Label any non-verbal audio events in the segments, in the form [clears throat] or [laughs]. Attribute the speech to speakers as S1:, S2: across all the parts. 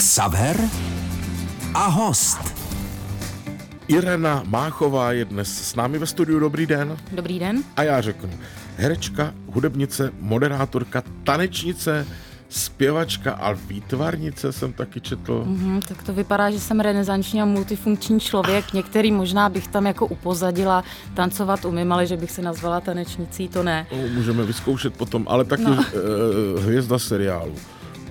S1: Xaver a host.
S2: Irena Máchová je dnes s námi ve studiu. Dobrý den.
S3: Dobrý den.
S2: A já řeknu, herečka, hudebnice, moderátorka, tanečnice, zpěvačka a výtvarnice jsem taky četl.
S3: Mm, tak to vypadá, že jsem renesanční a multifunkční člověk. Některý možná bych tam jako upozadila, tancovat umím, ale že bych se nazvala tanečnicí, to ne.
S2: No, Můžeme vyzkoušet potom, ale taky no.
S3: No.
S2: hvězda seriálu.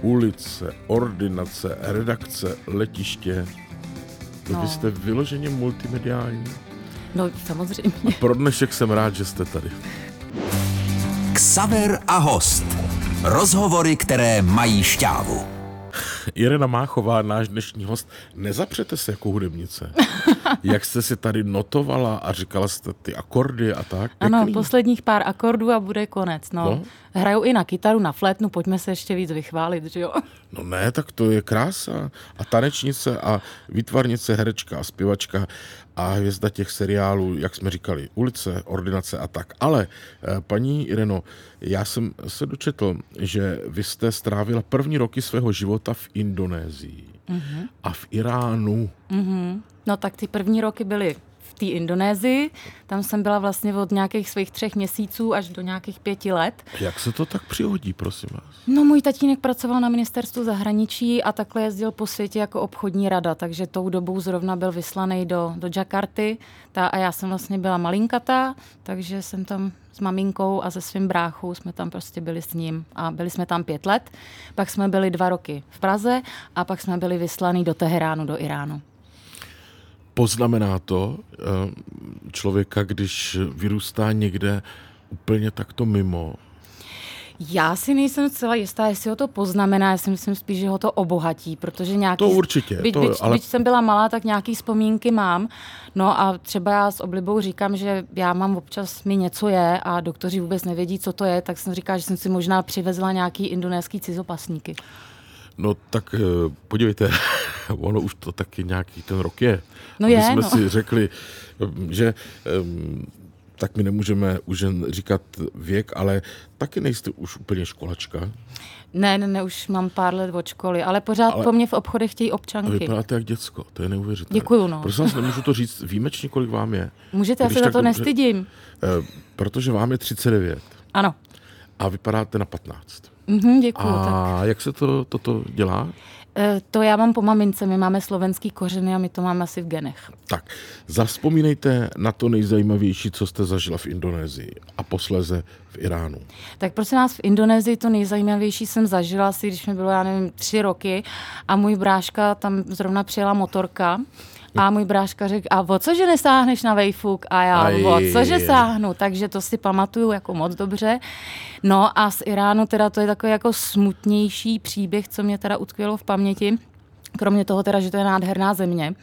S2: Ulice, ordinace, redakce, letiště. No. Vy
S3: No.
S2: jste vyloženě multimediální.
S3: No samozřejmě.
S2: [laughs] Pro dnešek jsem rád, že jste tady.
S1: Xaver a host. Rozhovory, které mají šťávu.
S2: Irena Máchová, náš dnešní host, nezapřete se jako hudebnice. Jak jste si tady notovala a říkala jste ty akordy a tak.
S3: Ano,
S2: Pěkný.
S3: posledních pár akordů a bude konec. No.
S2: No.
S3: no. Hrajou i na kytaru, na flétnu, pojďme se ještě víc vychválit, že jo?
S2: No ne, tak to je krása. A tanečnice a výtvarnice, herečka a zpěvačka a hvězda těch seriálů, jak jsme říkali, ulice, ordinace a tak. Ale eh, paní Ireno, já jsem se dočetl, že vy jste strávila první roky svého života v Indonésii mm-hmm. a v Iránu.
S3: No tak ty první roky byly v té Indonésii, tam jsem byla vlastně od nějakých svých třech měsíců až do nějakých pěti let.
S2: Jak se to tak přihodí, prosím vás?
S3: No, můj tatínek pracoval na ministerstvu zahraničí a takhle jezdil po světě jako obchodní rada, takže tou dobou zrovna byl vyslaný do, do Jakarty ta, a já jsem vlastně byla malinkatá, takže jsem tam s maminkou a se svým bráchou jsme tam prostě byli s ním a byli jsme tam pět let, pak jsme byli dva roky v Praze a pak jsme byli vyslaný do Teheránu, do Iránu.
S2: Poznamená to eh, člověka, když vyrůstá někde úplně takto mimo.
S3: Já si nejsem zcela jistá, jestli ho to poznamená, já si myslím spíš, že ho to obohatí, protože nějaký...
S2: To určitě,
S3: Byť,
S2: to jo,
S3: byť,
S2: ale-
S3: byť jsem byla malá, tak nějaký vzpomínky mám. No a třeba já s oblibou říkám, že já mám občas, mi něco je a doktoři vůbec nevědí, co to je, tak jsem říká, že jsem si možná přivezla nějaký indonéský cizopasníky.
S2: No tak eh, podívejte, [laughs] ono už to taky nějaký ten rok je.
S3: No
S2: My
S3: je,
S2: jsme
S3: no.
S2: si řekli, hm, že ehm, tak my nemůžeme už jen říkat věk, ale taky nejste už úplně školačka.
S3: Ne, ne, ne, už mám pár let od školy, ale pořád
S2: Ale-
S3: ale... po mně v obchodech chtějí
S2: A
S3: občanky.
S2: vypadáte jak děcko, to je neuvěřitelné.
S3: Děkuju, no.
S2: Prosím vás, nemůžu to říct výjimečně, kolik vám je.
S3: Můžete, já
S2: Když
S3: se za
S2: tak
S3: to
S2: dobře-
S3: nestydím.
S2: eh, Protože vám je 39
S3: Ano,
S2: a vypadáte na 15.
S3: mhm, děkuju. tak.
S2: A jak se to, toto dělá?
S3: E, To já mám po mamince, my máme slovenský kořeny a my to máme asi v genech.
S2: Tak, zaspomínejte na to nejzajímavější, co jste zažila v Indonésii a posléze v Iránu.
S3: Tak prosím vás, v Indonésii to nejzajímavější jsem zažila asi, když mi bylo, já nevím, tři roky a můj bráška, tam zrovna přijela motorka a můj bráška řekl, a o co, že nesáhneš na vejfuk? A já,
S2: Aj.
S3: o co, že sáhnu? Takže to si pamatuju jako moc dobře. No a z Iránu teda to je takový jako smutnější příběh, co mě teda utkvělo v paměti. Kromě toho teda, že to je nádherná země.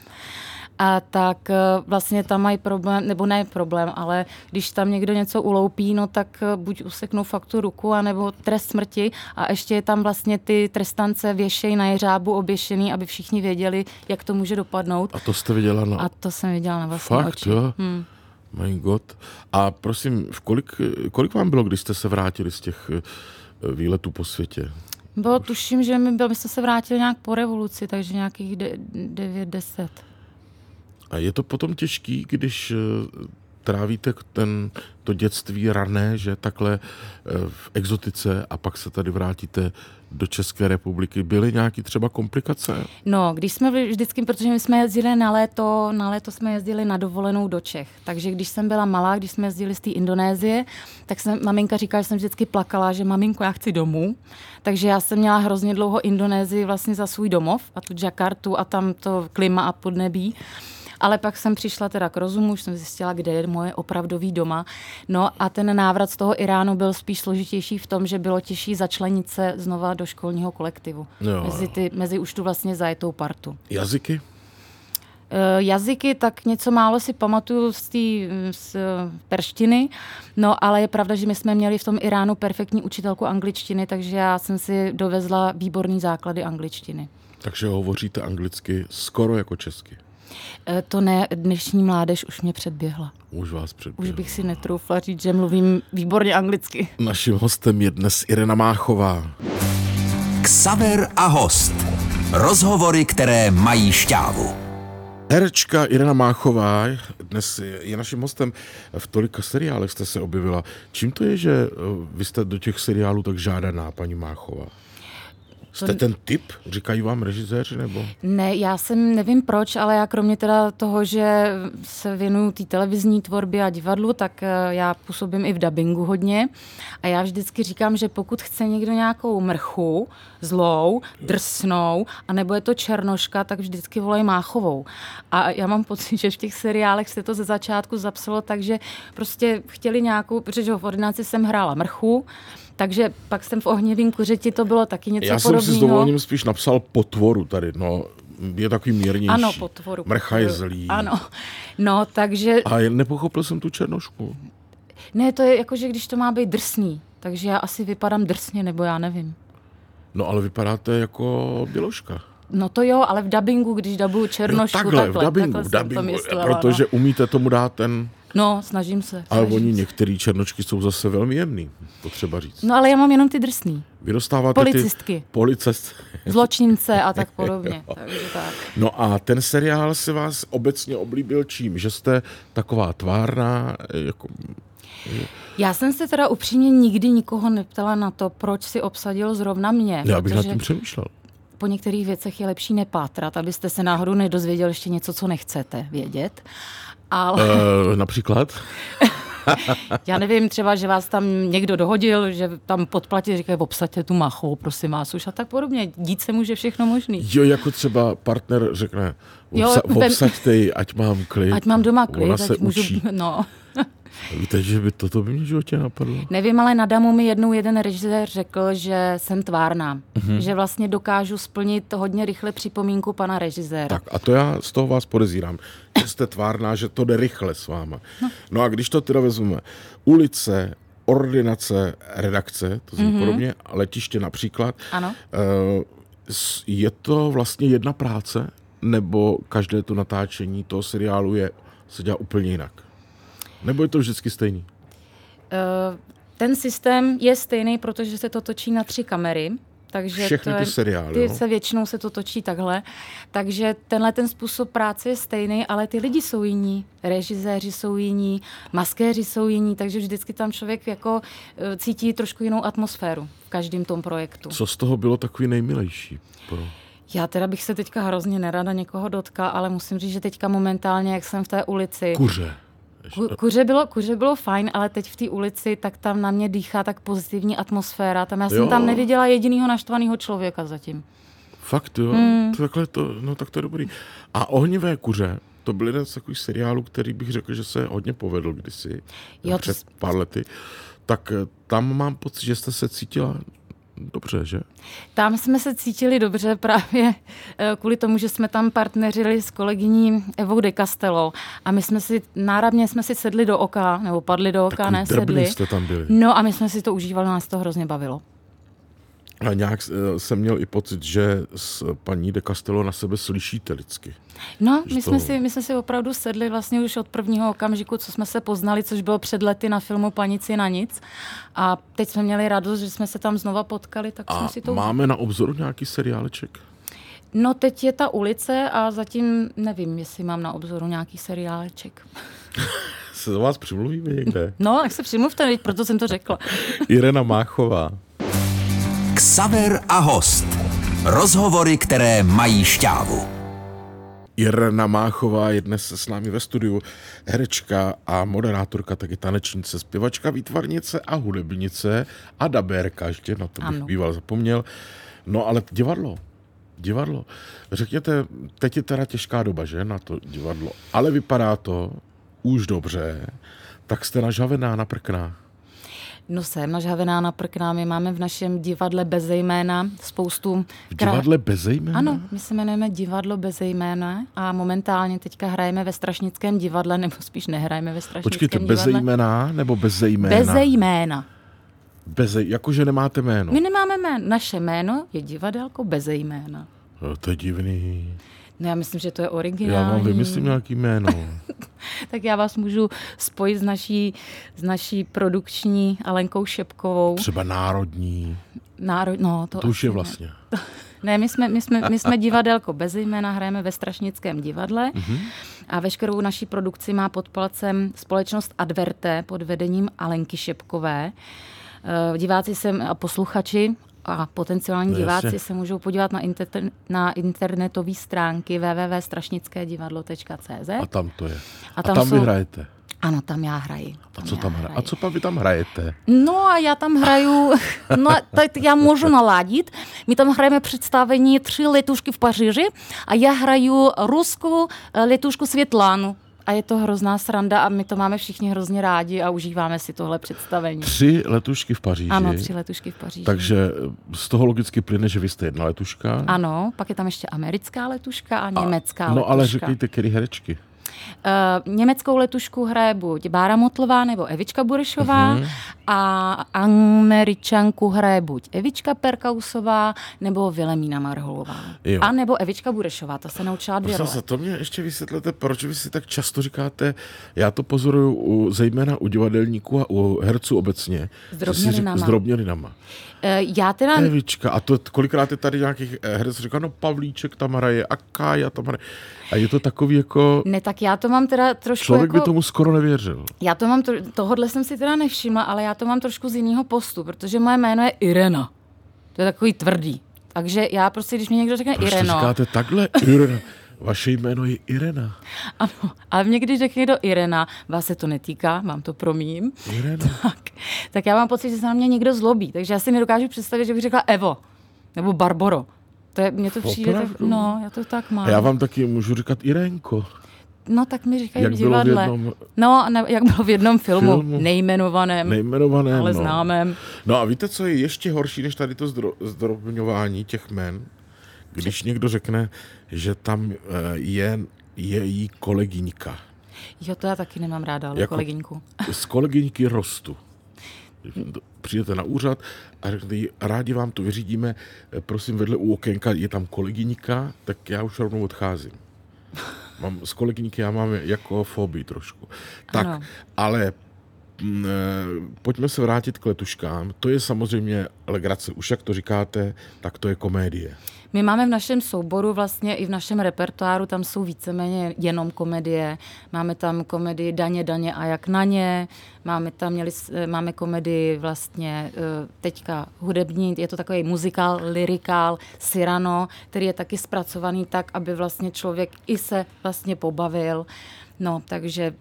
S3: A tak eh, vlastně tam mají problém, nebo ne problém, ale když tam někdo něco uloupí, no tak eh, buď useknou fakt tu ruku, anebo trest smrti a ještě je tam vlastně ty trestance věšej na jeřábu oběšený, aby všichni věděli, jak to může dopadnout.
S2: A to jste viděla na
S3: A to jsem viděla na vlastní
S2: Fakt,
S3: oči.
S2: jo? Hmm. My God. A prosím, v kolik, kolik vám bylo, když jste se vrátili z těch eh, výletů po světě?
S3: Bylo tuším, že my, byl, my jsme se vrátili nějak po revoluci, takže nějakých de, 9-10.
S2: A je to potom těžký, když eh, trávíte k- ten, to dětství rané, že takhle eh, v exotice a pak se tady vrátíte do České republiky. Byly nějaké třeba komplikace?
S3: No, když jsme byli vždycky, protože my jsme jezdili na léto, na léto jsme jezdili na dovolenou do Čech. Takže když jsem byla malá, když jsme jezdili z té Indonésie, tak jsem, maminka říká, že jsem vždycky plakala, že maminko, já chci domů. Takže já jsem měla hrozně dlouho Indonésii vlastně za svůj domov a tu Jakartu a tam to klima a podnebí. Ale pak jsem přišla teda k rozumu, už jsem zjistila, kde je moje opravdový doma. No a ten návrat z toho Iránu byl spíš složitější v tom, že bylo těžší začlenit se znova do školního kolektivu.
S2: Jo,
S3: mezi,
S2: jo.
S3: ty, mezi už tu vlastně zajetou partu.
S2: Jazyky?
S3: E, jazyky, tak něco málo si pamatuju z té z eh, perštiny, no ale je pravda, že my jsme měli v tom Iránu perfektní učitelku angličtiny, takže já jsem si dovezla výborný základy angličtiny.
S2: Takže hovoříte anglicky skoro jako česky.
S3: E, To ne, dnešní mládež už mě předběhla.
S2: Už vás
S3: Už
S2: předběhl.
S3: bych si netroufla říct, že mluvím výborně anglicky.
S2: Naším hostem je dnes Irena Máchová.
S1: Xaver a host. Rozhovory, které mají šťávu.
S2: Herečka Irena Máchová dnes je- je naším hostem. V tolika seriálech jste se objevila. Čím to je, že eh, vy jste do těch seriálů tak žádaná, paní Máchová? Jste ten typ, říkají vám režiséři, nebo?
S3: Ne, já jsem nevím proč, ale já kromě teda toho, že se věnuju té televizní tvorbě a divadlu, tak eh, já působím i v dabingu hodně. A já vždycky říkám, že pokud chce někdo nějakou mrchu, zlou, drsnou, anebo je to černoška, tak vždycky volej Máchovou. A já mám pocit, že v těch seriálech se to ze začátku zapsalo, takže prostě chtěli nějakou, protože v ordinaci jsem hrála mrchu, takže pak jsem v ohnivým kuřeti, to bylo taky něco
S2: Já jsem
S3: podobného.
S2: si s dovolením spíš napsal potvoru tady, no. Je takový mírnější.
S3: Ano, potvoru.
S2: Mrcha je
S3: potvoru.
S2: zlý.
S3: Ano. No, takže...
S2: A je- nepochopil jsem tu černošku.
S3: Ne, to je jako, že když to má být drsný, takže já asi vypadám drsně, nebo já nevím.
S2: No ale vypadáte jako běložka.
S3: No to jo, ale v dabingu, když dabuju černošku,
S2: No takhle,
S3: takhle,
S2: v dabingu,
S3: takhle
S2: v
S3: jsem to
S2: dabingu,
S3: myslela,
S2: protože
S3: no.
S2: umíte tomu dát ten...
S3: no, snažím se.
S2: Ale
S3: snažím
S2: oni
S3: se.
S2: některé černočky jsou zase velmi jemný, to třeba říct.
S3: No ale já mám jenom ty drsný.
S2: Vy dostáváte
S3: Policistky.
S2: Ty policist...
S3: Zločince
S2: [laughs]
S3: a tak podobně. takže tak.
S2: No a ten seriál se vás obecně oblíbil čím? Že jste taková tvárná, jako...
S3: Já jsem se teda upřímně nikdy nikoho neptala na to, proč si obsadil zrovna mě.
S2: Já bych nad
S3: protože-
S2: tím přemýšlel.
S3: po některých věcech je lepší nepátrat, abyste se náhodou nedozvěděl ještě něco, co nechcete vědět. Ale
S2: E, například?
S3: já nevím, třeba, že vás tam někdo dohodil, že tam podplatí, říkají, obsaďte tu machou, prosím vás už a tak podobně. Dít se může všechno možný.
S2: Jo, jako třeba partner řekne,
S3: Jo,
S2: obsa,
S3: ten-
S2: obsaďte ji, ať mám klid.
S3: Ať mám doma klid,
S2: Ona se
S3: ať můžu...
S2: učí.
S3: [laughs] No.
S2: Víte, že by toto by mě v životě napadlo?
S3: Nevím, ale na Damu mi jednou jeden režisér řekl, že jsem tvárná.
S2: Mhm.
S3: Mm-hmm. Že vlastně dokážu splnit hodně rychle připomínku pana režiséra.
S2: Tak a to já z toho vás podezírám. Že jste tvárná, že to jde rychle s váma. No a když to teda vezmeme, ulice, ordinace, redakce, to zní mm-hmm. podobně, a letiště například.
S3: Ano.
S2: eh, s- Je to vlastně jedna práce, nebo každé to natáčení toho seriálu je, se dělá úplně jinak? Nebo je to vždycky stejný?
S3: Eh, ten systém je stejný, protože se to točí na tři kamery. Takže
S2: Všechny
S3: to je,
S2: ty seriály,
S3: Ty
S2: jo.
S3: se většinou se to točí takhle. Takže tenhle ten způsob práce je stejný, ale ty lidi jsou jiní. Režiséři jsou jiní, maskéři jsou jiní, takže vždycky tam člověk jako eh, cítí trošku jinou atmosféru v každém tom projektu.
S2: Co z toho bylo takový nejmilejší? Pro...
S3: Já teda bych se teďka hrozně nerada někoho dotkla, ale musím říct, že teďka momentálně, jak jsem v té ulici,
S2: Kuře.
S3: Ku- Kuře bylo, kuře bylo fajn, ale teď v té ulici, tak tam na mě dýchá tak pozitivní atmosféra. Tam já jsem
S2: Jo.
S3: jo. tam neviděla jedinýho naštvaného člověka zatím.
S2: Fakt jo, mm.
S3: Hmm.
S2: to takhle to, no tak to je dobrý. A Ohnivé kuře, to byl jeden z takových seriálů, který bych řekl, že se hodně povedl kdysi, jo,
S3: Jo, to
S2: před
S3: s-
S2: pár lety. Tak eh, tam mám pocit, že jste se cítila dobře, že?
S3: Tam jsme se cítili dobře [laughs] právě eh, kvůli tomu, že jsme tam partneřili s kolegyní Evou de Castellou a my jsme si, náramně jsme si sedli do oka, nebo padli do oka,
S2: Takový
S3: ne
S2: drbný
S3: sedli.
S2: jste tam byli.
S3: No a my jsme si to užívali, nás to hrozně bavilo.
S2: A nějak eh, jsem měl i pocit, že s paní de Castello na sebe slyšíte lidsky.
S3: No, my
S2: to-
S3: jsme, si, my jsme si opravdu sedli vlastně už od prvního okamžiku, co jsme se poznali, což bylo před lety na filmu Panici na nic. A teď jsme měli radost, že jsme se tam znova potkali, tak
S2: A
S3: jsme si to...
S2: máme na obzoru nějaký seriáleček?
S3: No, teď je ta ulice a zatím nevím, jestli mám na obzoru nějaký seriáleček.
S2: Se za vás přimluvíme někde.
S3: [laughs] No, tak se přimluvte, teď, proto jsem to řekla.
S2: Irena Máchová.
S1: Xaver a host. Rozhovory, které mají šťávu.
S2: Irena Máchová je dnes s námi ve studiu herečka a moderátorka, taky tanečnice, zpěvačka, výtvarnice a hudebnice a dabérka, ještě na to bych ano.
S3: Ano.
S2: býval zapomněl. No ale divadlo, divadlo. Řekněte, teď je teda těžká doba, že, na to divadlo, ale vypadá to už dobře, tak jste nažavená na prknách.
S3: No, jsem nažhavená na prkná, my máme v našem divadle bez jména spoustu...
S2: V
S3: krá-
S2: divadle bez jména?
S3: Ano, my se jmenujeme Divadlo bez jména a momentálně teďka hrajeme ve Strašnickém divadle, nebo spíš nehrajeme ve Strašnickém
S2: Počkejte,
S3: divadle.
S2: bez jména nebo bez jména?
S3: Bez jména.
S2: Beze, jakože nemáte jméno.
S3: My nemáme jméno. Naše jméno je divadelko bez jména.
S2: No, to je divný.
S3: No já myslím, že to je
S2: Já
S3: originální.
S2: vám vymyslím nějaký jméno.
S3: Tak já vás můžu spojit s naší, s naší produkční Alenkou
S2: [laughs]
S3: Šepkovou.
S2: Třeba národní.
S3: Národ, no, to,
S2: To už
S3: asi
S2: je
S3: ne.
S2: vlastně.
S3: Ne, my jsme, my, jsme, my jsme divadelko bez jména, hrajeme ve Strašnickém divadle
S2: Mhm.
S3: a veškerou naší produkci má pod palcem společnost Adverte pod vedením Alenky Šepkové. Eh, Diváci sem a posluchači a potenciální
S2: No,
S3: diváci
S2: jasně.
S3: se můžou podívat na, inter, na internetové stránky www.strašnickédivadlo.cz
S2: A tam to je.
S3: A
S2: A tam,
S3: tam
S2: a tam vy
S3: jsou-
S2: hrajete.
S3: Ano, tam já hraji.
S2: A co
S3: já
S2: tam hra?
S3: hraji.
S2: A co pak vy tam hrajete?
S3: No a já tam hraju, [laughs] no tak já můžu naladit. My tam hrajeme představení tři letušky v Paříži a já hraju ruskou eh, letušku Světlanu. A je to hrozná sranda a my to máme všichni hrozně rádi a užíváme si tohle představení.
S2: Tři letušky v Paříži.
S3: Ano, tři letušky v Paříži.
S2: Takže eh, z toho logicky plyne, že vy jste jedna letuška.
S3: Ano, pak je tam ještě americká letuška a německá
S2: No
S3: letuška.
S2: ale řekněte, který herečky.
S3: Eh, německou letušku hraje buď Bára Motlová nebo Evička Burešová
S2: Mhm.
S3: uh-huh. a američanku hraje buď Evička Perkausová nebo Vilemína Marholová.
S2: Jo.
S3: A nebo Evička Burešová, to se naučila dvě
S2: Prosím
S3: role.
S2: se, to mě ještě vysvětlete, proč vy si tak často říkáte, já to pozoruju u, zejména u divadelníků a u herců obecně. že
S3: S
S2: si
S3: drobnělinama.
S2: Řek, s drobnělinama.
S3: Eh, Já teda...
S2: Evička, a to kolikrát je tady nějakých eh, herec říká, no Pavlíček tam hraje a Kája tam hraje. A je to takový jako,
S3: Ne, tak já to mám teda trošku
S2: člověk
S3: jako...
S2: by tomu skoro nevěřil.
S3: Já to mám, tro... tohodle jsem si teda nevšimla, ale já to mám trošku z jiného postu, protože moje jméno je Irena. To je takový tvrdý. Takže já prostě, když mi někdo řekne
S2: Proč to
S3: Ireno,
S2: říkáte takhle, Irena? Vaše jméno je Irena.
S3: ano, ale mě když řekne někdo Irena, vás se to netýká, vám to promím,
S2: Irena.
S3: Tak, tak já mám pocit, že se na mě někdo zlobí, takže já si nedokážu představit, že bych řekla Evo nebo Barboro. To je, mně to přijde, tak,
S2: Opravdu?
S3: no, já to tak mám.
S2: A já vám taky můžu říkat Irenko.
S3: No tak mi říkají
S2: Jak
S3: v
S2: bylo v
S3: divadle.
S2: jednom-
S3: No, ne, jak bylo v jednom filmu,
S2: Filmu.
S3: nejmenovaném,
S2: Nejmenované.
S3: ale
S2: no.
S3: známém.
S2: No a víte, co je ještě horší než tady to zdro- zdrobňování těch men? Když někdo řekne, že tam eh, je její kolegyňka.
S3: Jo, to já taky nemám ráda, ale jako...
S2: Jako-
S3: kolegyňku.
S2: Z kolegyňky rostu. Přijdete na úřad a řeknete jí, rádi vám to vyřídíme, eh, prosím, vedle u okénka je tam kolegyňka, tak já už rovnou odcházím. Mám, z kolegyňky já mám jako fobii trošku. Tak,
S3: Ano.
S2: ale Mm, eh, pojďme se vrátit k letuškám. To je samozřejmě legrace. Už jak to říkáte, tak to je komédie.
S3: My máme v našem souboru vlastně i v našem repertoáru, tam jsou víceméně jenom komedie. Máme tam komedii Daně, Daně a jak na ně. Máme tam měli, s- eh, máme komedii vlastně eh, teďka hudební, je to takový muzikál, lirikál, Cyrano, který je taky zpracovaný tak, aby vlastně člověk i se vlastně pobavil. No, takže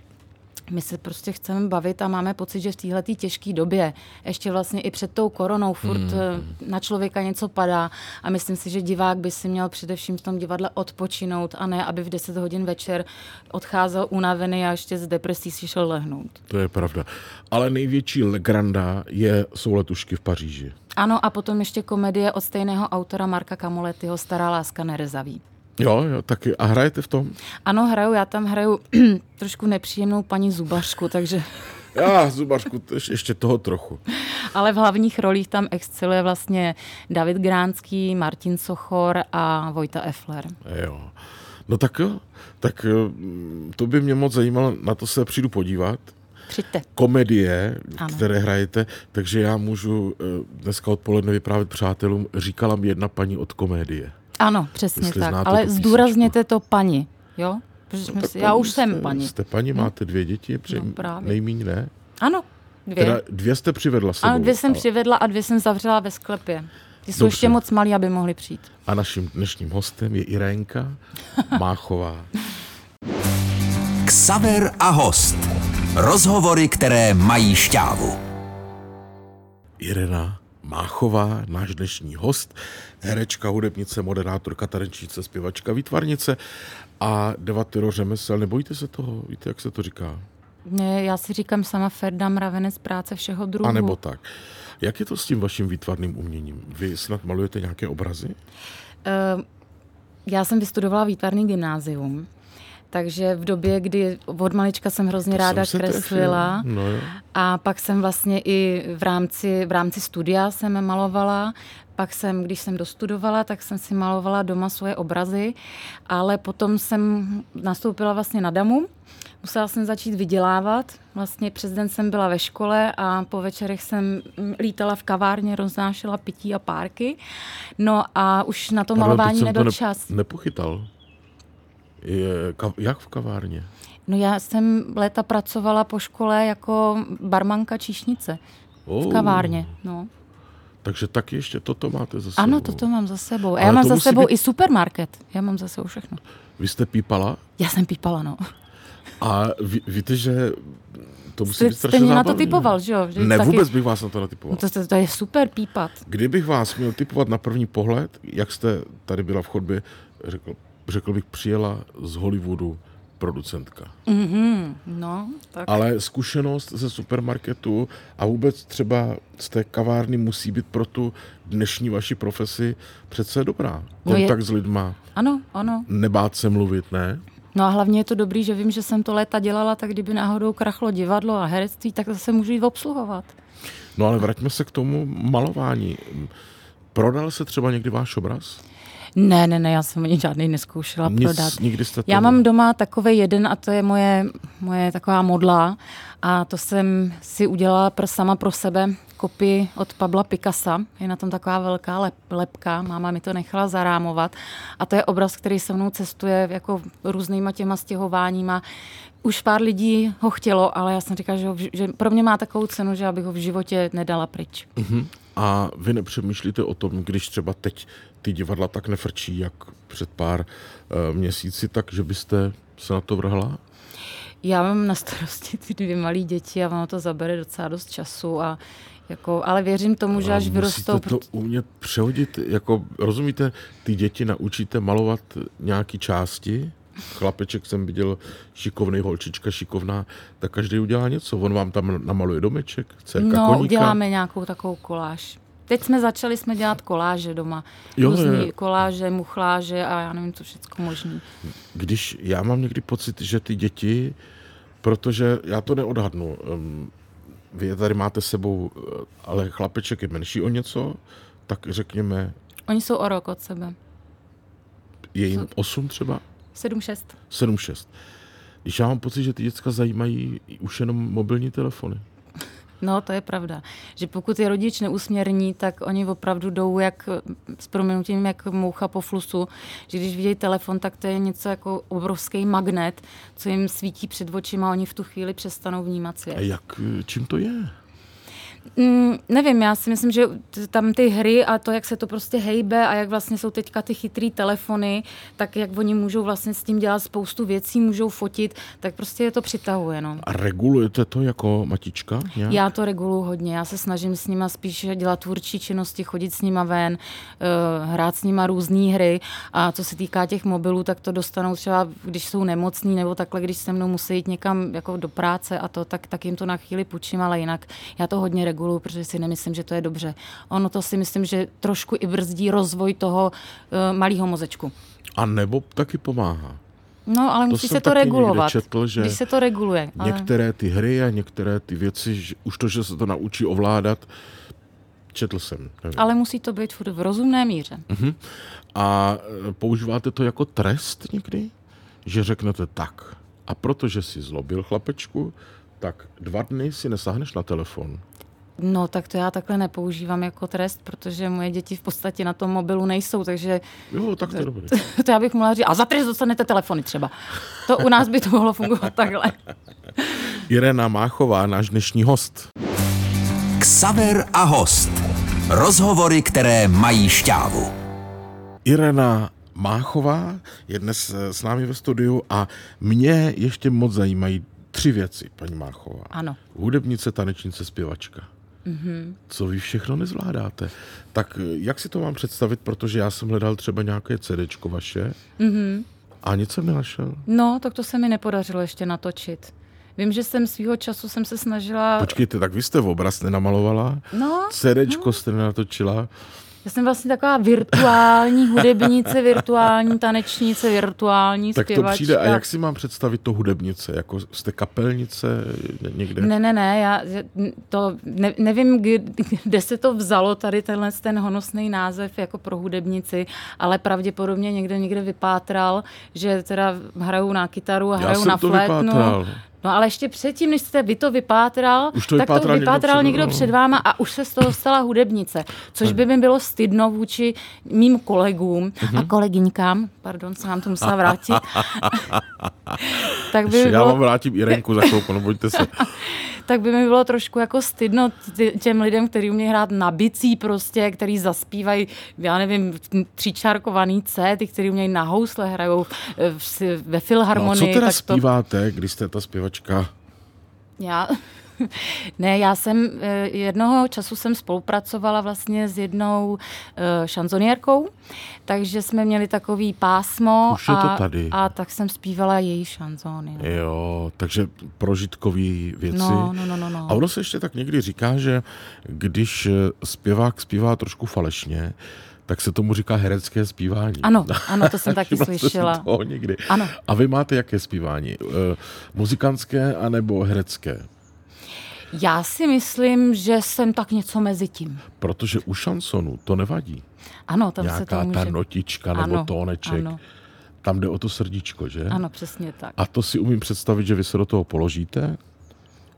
S3: my se prostě chceme bavit a máme pocit, že v této těžké době, ještě vlastně i před tou koronou, furt eh, na člověka něco padá a myslím si, že divák by si měl především v tom divadle odpočinout a ne, aby v 10 hodin večer odcházel unavený a ještě z depresí si šel lehnout.
S2: To je pravda. Ale největší legranda je, jsou letušky v Paříži.
S3: Ano a potom ještě komedie od stejného autora Marka Kamoletyho Stará láska nerezaví.
S2: Jo, jo, taky. A hrajete v tom?
S3: Ano, hraju, já tam hraju [clears throat] trošku nepříjemnou paní zubařku, takže...
S2: Já, zubařku, to ješ- ještě toho trochu.
S3: Ale v hlavních rolích tam exceluje vlastně David Gránský, Martin Sochor a Vojta Effler.
S2: Jo. No tak jo, tak mm, to by mě moc zajímalo, na to se přijdu podívat.
S3: Přijďte.
S2: Komedie,
S3: Ano.
S2: ano. které hrajete, takže já můžu eh, dneska odpoledne vyprávět přátelům, říkala mi jedna paní od komedie.
S3: Ano, přesně
S2: Jestli
S3: tak.
S2: znáte
S3: Ale
S2: tu písničku.
S3: zdůrazněte to paní, jo? Protože jsme
S2: Tak
S3: si, já už
S2: jste,
S3: jsem paní. Hm?
S2: Jste paní, máte dvě děti, při,
S3: No, právě.
S2: nejmíň ne?
S3: Ano, dvě.
S2: Teda dvě jste přivedla s sebou.
S3: ano, dvě jsem
S2: a,
S3: přivedla a dvě jsem zavřela ve sklepě. Ty jsou
S2: Dobře.
S3: ještě moc malí, aby mohli přijít.
S2: a naším dnešním hostem je Irenka Máchová.
S1: Xaver a host. Rozhovory, které mají šťávu.
S2: Irena Máchová, náš dnešní host, herečka, hudebnice, moderátorka, tanečnice, zpěvačka, výtvarnice a devatero řemesel. Nebojíte se toho? Víte, jak se to říká?
S3: Ne, já si říkám sama Ferda Mravenec práce všeho druhu.
S2: A nebo tak. Jak je to s tím vaším výtvarným uměním? Vy snad malujete nějaké obrazy?
S3: Eh, já jsem vystudovala výtvarný gymnázium, takže v době, kdy od malička jsem hrozně
S2: Jsem
S3: ráda
S2: se
S3: kreslila,
S2: trefil. No jo.
S3: a pak jsem vlastně i v rámci, v rámci studia jsem malovala. Pak jsem, když jsem dostudovala, tak jsem si malovala doma svoje obrazy, ale potom jsem nastoupila vlastně na damu. Musela jsem začít vydělávat. Vlastně přes den jsem byla ve škole a po večerech jsem mm, lítala v kavárně, roznášela pití a párky. No a už na to malování
S2: teď jsem
S3: nebyl
S2: to
S3: čas.
S2: nepochytal. Je, ka, jak v kavárně?
S3: No já jsem léta pracovala po škole jako barmanka číšnice
S2: Oh,
S3: v kavárně. No.
S2: Takže taky ještě toto máte za sebou.
S3: Ano, toto mám za sebou. A
S2: Ale
S3: já mám
S2: to
S3: za
S2: musí
S3: sebou
S2: být-
S3: i supermarket. Já mám za sebou všechno.
S2: Vy jste pípala
S3: Já jsem pípala, no.
S2: a ví, víte, že to musí
S3: Jste,
S2: být strašně
S3: jste mě na to
S2: zábavný.
S3: typoval, že jo? Že
S2: Ne,
S3: taky-
S2: vůbec bych vás na to natypoval.
S3: No to, to, to je super pípat.
S2: Kdybych vás měl typovat na první pohled, jak jste tady byla v chodbě, řekl, řekl bych, přijela z Hollywoodu producentka.
S3: Mhm, no, tak.
S2: Ale zkušenost ze supermarketu a vůbec třeba z té kavárny musí být pro tu dnešní vaši profesi přece dobrá.
S3: No je-
S2: Kontakt s lidma,
S3: Ano, ano.
S2: nebát se mluvit, ne?
S3: No a hlavně je to dobrý, že vím, že jsem to léta dělala, tak kdyby náhodou krachlo divadlo a herectví, tak zase můžu jít obsluhovat.
S2: No ale vraťme se k tomu malování. Prodal se třeba někdy váš obraz?
S3: Ne, ne, ne, já jsem ani žádný neskoušela prodat.
S2: Nic, nikdy jste to...
S3: Já mám doma takový jeden a to je moje, moje taková modla a to jsem si udělala pro sama pro sebe kopii od Pabla Picasa. Je na tom taková velká lep, lepka, máma mi to nechala zarámovat a to je obraz, který se mnou cestuje jako různýma těma stěhováníma. Už pár lidí ho chtělo, ale já jsem říkala, že, ho, v ži- že pro mě má takovou cenu, že abych ho v životě nedala pryč.
S2: Mhm. A vy nepřemýšlíte o tom, když třeba teď ty divadla tak nefrčí, jak před pár uh, měsíci, tak že byste se na to vrhla?
S3: Já mám na starosti ty dvě malé děti a ono to zabere docela dost času a jako, ale věřím tomu, že až
S2: Ale
S3: vyrostou,
S2: Musíte to umět přehodit, jako rozumíte, ty děti naučíte malovat nějaký části, chlapeček jsem viděl, šikovný holčička, šikovná, tak každý udělá něco. On vám tam namaluje domeček, dcerka
S3: No,
S2: koníka.
S3: uděláme nějakou takovou koláž. Teď jsme začali jsme dělat koláže doma.
S2: Jo,
S3: Jo,
S2: jo,
S3: Různý
S2: jo.
S3: je. koláže, muchláže a já nevím, co všechno možný.
S2: Když já mám někdy pocit, že ty děti, protože já to neodhadnu, ehm, vy je tady máte s sebou, eh, ale chlapeček je menší o něco, tak řekněme,
S3: Oni jsou o rok od sebe.
S2: je jim 8 třeba,
S3: 7-6.
S2: 7-6. Když já mám pocit, že ty děcka zajímají už jenom mobilní telefony.
S3: No, to je pravda. Že pokud je rodič neusměrní, tak oni opravdu jdou jak, s prominutím, jak moucha po flusu. Že když vidějí telefon, tak to je něco jako obrovský magnet, co jim svítí před očima a oni v tu chvíli přestanou vnímat svět.
S2: A jak, eh, čím to je?
S3: Mm, nevím, já si myslím, že t- tam ty hry a to, jak se to prostě hejbe a jak vlastně jsou teďka ty chytrý telefony, tak jak oni můžou vlastně s tím dělat spoustu věcí, můžou fotit, tak prostě je to přitahuje, no.
S2: A regulujete to jako matička? Nějak?
S3: Já to reguluju hodně, já se snažím s nima spíš dělat tvůrčí činnosti, chodit s nima ven, eh, hrát s nima různé hry a co se týká těch mobilů, tak to dostanou třeba, když jsou nemocní nebo takhle, když se mnou musí jít někam jako do práce a to, tak, tak jim to na chvíli půjčím, ale jinak já to hodně reguluju, protože si nemyslím, že to je dobře. Ono to si myslím, že trošku i brzdí rozvoj toho eh, malého mozečku.
S2: A nebo taky pomáhá?
S3: No, ale musí
S2: jsem
S3: se to
S2: taky někde
S3: regulovat.
S2: četl, že
S3: Když se to reguluje. Ale...
S2: Některé ty hry a některé ty věci, že, už to, že se to naučí ovládat, četl jsem. Nevím.
S3: Ale musí to být furt v rozumné míře.
S2: Mhm. A eh, používáte to jako trest někdy? Že řeknete tak. A protože si zlobil chlapečku, tak dva dny si nesáhneš na telefon.
S3: No, tak to já takhle nepoužívám jako trest, protože moje děti v podstatě na tom mobilu nejsou, takže [laughs]
S2: Jo, tak to je dobré.
S3: to já bych mohla říct, a za trest dostanete telefony třeba. To u nás by to mohlo fungovat [laughs] takhle.
S2: Irena Máchová, náš dnešní host.
S1: Xaver a host. Rozhovory, které mají šťávu.
S2: Irena Máchová je dnes eh, s námi ve studiu a mě ještě moc zajímají tři věci, paní Máchová.
S3: Ano.
S2: Hudebnice, tanečnice, zpěvačka. Mm-hmm.
S3: Mhm.
S2: Co vy všechno nezvládáte? Tak eh, jak si to mám představit, protože já jsem hledal třeba nějaké CDčko vaše mm-hmm.
S3: Mhm.
S2: a nic jsem nenašel.
S3: No, tak to se mi nepodařilo ještě natočit. Vím, že jsem svýho času jsem se snažila...
S2: Počkejte, tak vy jste obraz nenamalovala,
S3: No,
S2: CDčko jste nenatočila,
S3: Já jsem vlastně taková virtuální hudebnice, virtuální tanečnice, virtuální
S2: Tak to
S3: zpěvačka.
S2: přijde. A jak si mám představit to hudebnice? Jako jste kapelnice ně- někde?
S3: Ne, ne, ne, já že- to ne, nevím, kdy- kde se to vzalo, tady tenhle ten honosný název jako pro hudebnici, ale pravděpodobně někde někde vypátral, že teda hrajou na kytaru a
S2: Já
S3: hrajou
S2: jsem
S3: na
S2: to
S3: flétnu.
S2: vypátral.
S3: No ale ještě předtím, než jste vy to vypátral,
S2: Už to
S3: tak
S2: vypátral
S3: to
S2: někdo
S3: vypátral
S2: před-
S3: někdo,
S2: no.
S3: před váma a už se z toho stala hudebnice, což by mi bylo stydno vůči mým kolegům
S2: Mhm.
S3: a kolegyňkám, pardon, se nám to
S2: [laughs]
S3: musela vrátit, tak by mi
S2: Já
S3: bylo
S2: vám vrátím Irenku za chvilku, nebojte
S3: [laughs]
S2: se.
S3: tak by mi bylo trošku jako stydno t- těm lidem, kteří umějí hrát na bicí prostě, který zaspívají, já nevím, tříčárkovaný C, ty, kteří umějí na housle, hrajou eh, v, si- ve
S2: No a
S3: filharmonii.
S2: co teda
S3: tak to,
S2: zpíváte, když jste ta zpěvačka?
S3: já, [laughs] ne, já jsem eh, jednoho času jsem spolupracovala vlastně s jednou eh, šanzonierkou, takže jsme měli takový pásmo
S2: Už je to
S3: a,
S2: tady.
S3: a tak jsem zpívala její šanzony. no.
S2: Jo, takže prožitkový věci.
S3: No, no, no, no, no.
S2: A ono se ještě tak někdy říká, že když eh, zpěvák zpívá trošku falešně, tak se tomu říká herecké zpívání. [laughs]
S3: Ano, ano, to jsem taky
S2: Všimla jste si
S3: slyšela.
S2: Toho někdy.
S3: Ano.
S2: A vy máte jaké zpívání? Uh, muzikantské anebo herecké?
S3: Já si myslím, že jsem tak něco mezi tím.
S2: Protože u šansonu to nevadí.
S3: Ano, tam se to
S2: Nějaká
S3: může...
S2: ta notička nebo
S3: Ano,
S2: tóneček.
S3: ano.
S2: Tam jde o to srdíčko, že?
S3: Ano, přesně tak.
S2: A to si umím představit, že vy se do toho položíte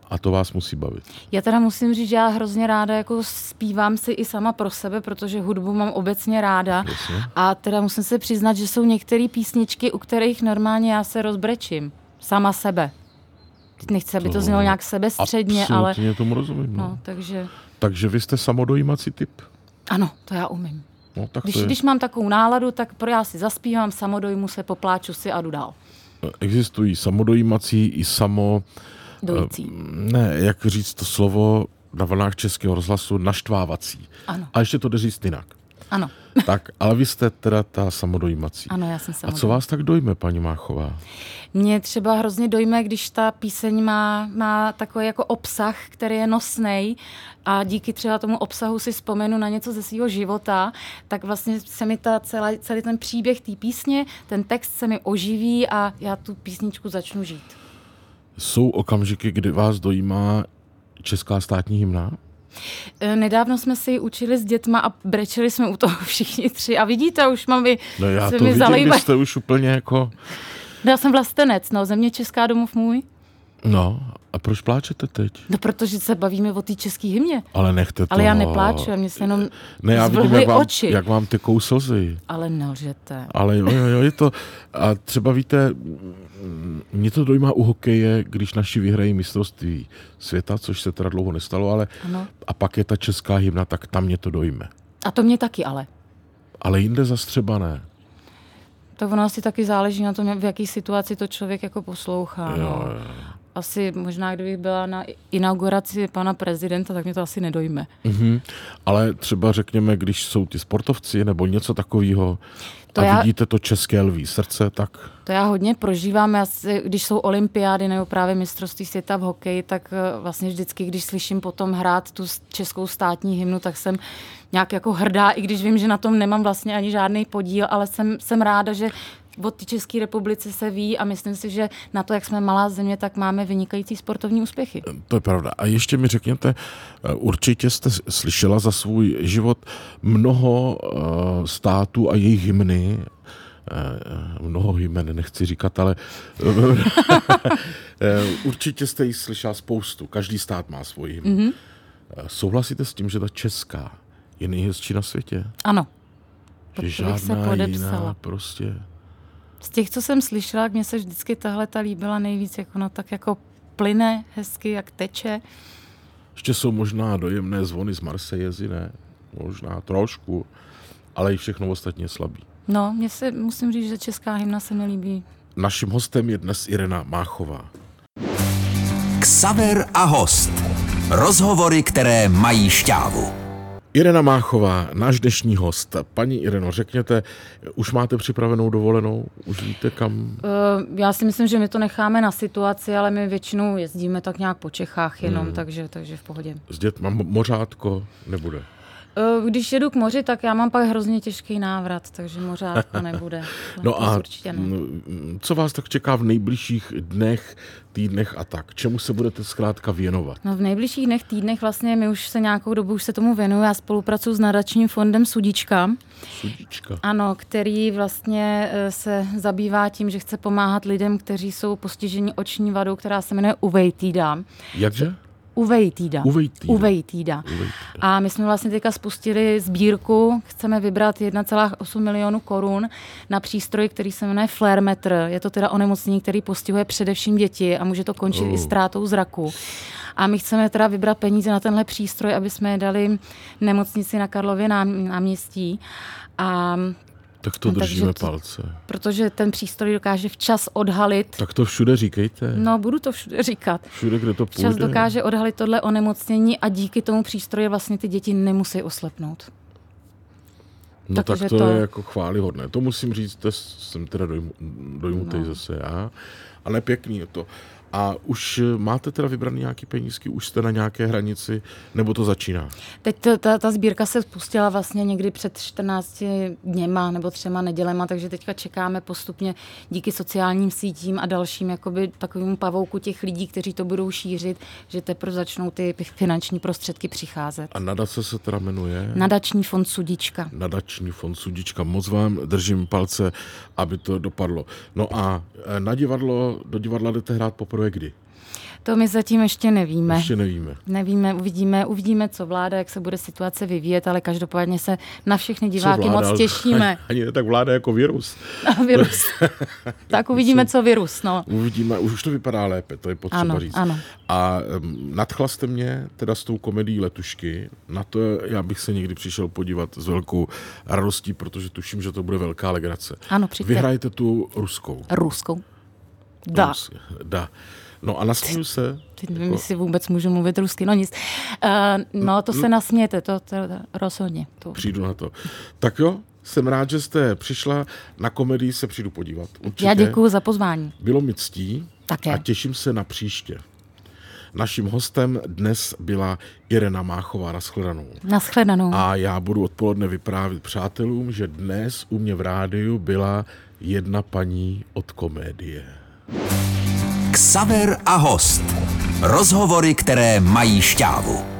S2: a to vás musí bavit.
S3: Já teda musím říct, že já hrozně ráda jako zpívám si i sama pro sebe, protože hudbu mám obecně ráda.
S2: Jasně.
S3: A teda musím se přiznat, že jsou některé písničky, u kterých normálně já se rozbrečím. Sama sebe. Teď Nechci, aby to znělo nějak sebestředně, ale...
S2: Absolutně tomu rozumím. No.
S3: No, takže...
S2: Takže vy jste samodojímací typ.
S3: Ano, to já umím.
S2: No, tak
S3: Když,
S2: to je.
S3: když mám takovou náladu, tak pro já si zaspívám, samodojmu se, popláču si a jdu dál.
S2: Existují samodojímací i samo... Ehm,
S3: Dojící.
S2: Ne, jak říct to slovo na vlnách českého rozhlasu, naštvávací.
S3: Ano.
S2: A ještě to jde říct jinak.
S3: [laughs] Ano,
S2: Tak, ale vy jste teda ta samodojímací.
S3: ano, já jsem
S2: A
S3: samodojma.
S2: co vás tak dojme, paní Máchová?
S3: Mě třeba hrozně dojme, když ta píseň má, má takový jako obsah, který je nosnej a díky třeba tomu obsahu si vzpomenu na něco ze svého života, tak vlastně se mi ta celá, celý ten příběh té písně, ten text se mi oživí a já tu písničku začnu žít.
S2: Jsou okamžiky, kdy vás dojímá česká státní hymna?
S3: E, Nedávno jsme si ji učili s dětma a brečeli jsme u toho [laughs] všichni tři a vidíte, už mám i,
S2: No já
S3: se
S2: to
S3: mi
S2: vidím,
S3: zalejba.
S2: vy jste už úplně jako...
S3: Já jsem vlastenec, no, země Česká domov můj.
S2: No, a proč pláčete teď?
S3: No, protože se bavíme o té české hymně.
S2: Ale nechte to.
S3: Ale já nepláču, já mě se jenom
S2: Ne, já vidím,
S3: zvlhly
S2: jak vám,
S3: oči.
S2: jak vám tekou slzy.
S3: Ale nelžete.
S2: Ale jo, jo, jo, je to... A třeba víte, mm, mě to dojímá u hokeje, když naši vyhrají mistrovství světa, což se teda dlouho nestalo, ale...
S3: Ano.
S2: A pak je ta česká hymna, tak tam mě to dojme.
S3: A to mě taky ale.
S2: Ale jinde zas třeba ne.
S3: To ono asi taky záleží na tom, jak- v jaké situaci to člověk jako poslouchá. No. Asi možná, kdybych byla na inauguraci pana prezidenta, tak mě to asi nedojme.
S2: Mhm. Ale třeba řekněme, když jsou ti sportovci nebo něco takového
S3: To
S2: a
S3: já-
S2: vidíte to české lví srdce, tak...
S3: To já hodně prožívám. Já si, když jsou olympiády nebo právě mistrovství světa v hokeji, tak eh, vlastně vždycky, když slyším potom hrát tu s- českou státní hymnu, tak jsem nějak jako hrdá, i když vím, že na tom nemám vlastně ani žádný podíl, ale jsem, jsem ráda, že o té České republice se ví a myslím si, že na to, jak jsme malá země, tak máme vynikající sportovní úspěchy.
S2: To je pravda. A ještě mi řekněte, eh, určitě jste s- slyšela za svůj život mnoho eh, států a jejich hymny, eh, eh, mnoho hymen nechci říkat, ale [laughs] eh, určitě jste jich slyšela spoustu. Každý stát má svoji hymnu.
S3: Mhm.
S2: Mm-hmm. Souhlasíte s tím, že ta česká je nejhezčí na světě?
S3: Ano. Pod
S2: Že
S3: to bych se
S2: žádná jiná
S3: podepsala.
S2: prostě.
S3: Z těch, co jsem slyšela, tak mně se vždycky tahle ta líbila nejvíc, jak ona tak jako plyne hezky, jak teče.
S2: Ještě jsou možná dojemné zvony z Marsejezy, ne? Možná trošku, ale i všechno ostatně slabý.
S3: No, mně se, musím říct, že česká hymna se mi líbí.
S2: Naším hostem je dnes Irena Máchová.
S1: Ksaver a host. Rozhovory, které mají šťávu.
S2: Irena Máchová, náš dnešní host. Paní Ireno, řekněte, už máte připravenou dovolenou? Už víte kam?
S3: Uh, já si myslím, že my to necháme na situaci, ale my většinou
S2: Hmm.
S3: jezdíme tak nějak po Čechách jenom, takže, takže v pohodě.
S2: S dětma Mo- mořátko nebude.
S3: Eh, Když jedu k moři, tak já mám pak hrozně těžký návrat, takže
S2: [laughs]
S3: mořádka nebude.
S2: No
S3: Letos
S2: a
S3: určitě ne.
S2: mm, co vás tak čeká v nejbližších dnech, týdnech a tak? Čemu se budete zkrátka věnovat?
S3: No v nejbližších dnech, týdnech vlastně my už se nějakou dobu už se tomu věnuju. Já spolupracuji s nadačním fondem Sudička,
S2: Sudička.
S3: ano, který vlastně eh, se zabývá tím, že chce pomáhat lidem, kteří jsou postiženi oční vadou, která se jmenuje uvejtýda.
S2: Jakže?
S3: Uvejtýda.
S2: Uvejtýda.
S3: Uvejtýda. A my jsme vlastně teďka spustili sbírku, chceme vybrat 1,8 milionu korun na přístroj, který se jmenuje Flairemetr. Je to teda onemocnění, který postihuje především děti a může to končit
S2: Oh.
S3: i ztrátou zraku. A my chceme teda vybrat peníze na tenhle přístroj, aby jsme je dali nemocnici na Karlově nám- náměstí. A
S2: Tak to
S3: No, takže
S2: držíme
S3: to-
S2: palce.
S3: protože ten přístroj dokáže včas odhalit,
S2: Tak to všude říkejte.
S3: no budu to všude říkat,
S2: Všude, kde to
S3: včas
S2: půjde.
S3: dokáže odhalit tohle onemocnění a díky tomu přístroji vlastně ty děti nemusí oslepnout.
S2: No tak
S3: takže
S2: to,
S3: to-
S2: je jako chválihodné. To musím říct, to jsem teda dojmu, dojmutej no. zase já. Ale pěkný je to. A už eh, máte teda vybrané nějaké penízky? Už jste na nějaké hranici? Nebo to začíná?
S3: Teď ta, ta, ta sbírka se spustila vlastně někdy před 14 dněma nebo třema nedělema, takže teďka čekáme postupně díky sociálním sítím a dalším jakoby takovému pavouku těch lidí, kteří to budou šířit, že teprve začnou ty finanční prostředky přicházet.
S2: A nadace se teda jmenuje?
S3: Nadační fond Sudička.
S2: nadační fond Sudička. Moc vám držím palce, aby to dopadlo. No a eh, na divadlo, do divadla jdete hrát poprvé kdy?
S3: To my zatím ještě nevíme.
S2: Ještě nevíme.
S3: Nevíme, uvidíme, uvidíme, co vláda, jak se bude situace vyvíjet, ale každopádně se na všechny diváky moc
S2: ale-
S3: těšíme.
S2: [laughs] Ani ne tak vláda jako virus.
S3: A virus. tak uvidíme, co virus, no.
S2: Uvidíme, už to vypadá lépe, to je potřeba
S3: Ano,
S2: říct.
S3: ano.
S2: A um, nadchla jste mě teda s tou komedií Letušky, na to já bych se někdy přišel podívat s velkou radostí, protože tuším, že to bude velká legrace.
S3: Ano, přijďte.
S2: Vyhrajte tu ruskou.
S3: Ruskou. Da.
S2: Rus- da. No a nasmíju se.
S3: Teď nevím, jestli vůbec můžu mluvit rusky, no nic. Uh, no, to se nasmějete, to, to, to rozhodně. To.
S2: Přijdu na to. Tak jo, jsem rád, že jste přišla. Na komedii se přijdu podívat. Určitě.
S3: Já děkuji za pozvání.
S2: Bylo mi ctí
S3: Také.
S2: a těším se na příště. Naším hostem dnes byla Irena Máchová. Naschledanou.
S3: Naschledanou.
S2: A já budu odpoledne vyprávět přátelům, že dnes u mě v rádiu byla jedna paní od komédie.
S1: Xaver a host. Rozhovory, které mají šťávu.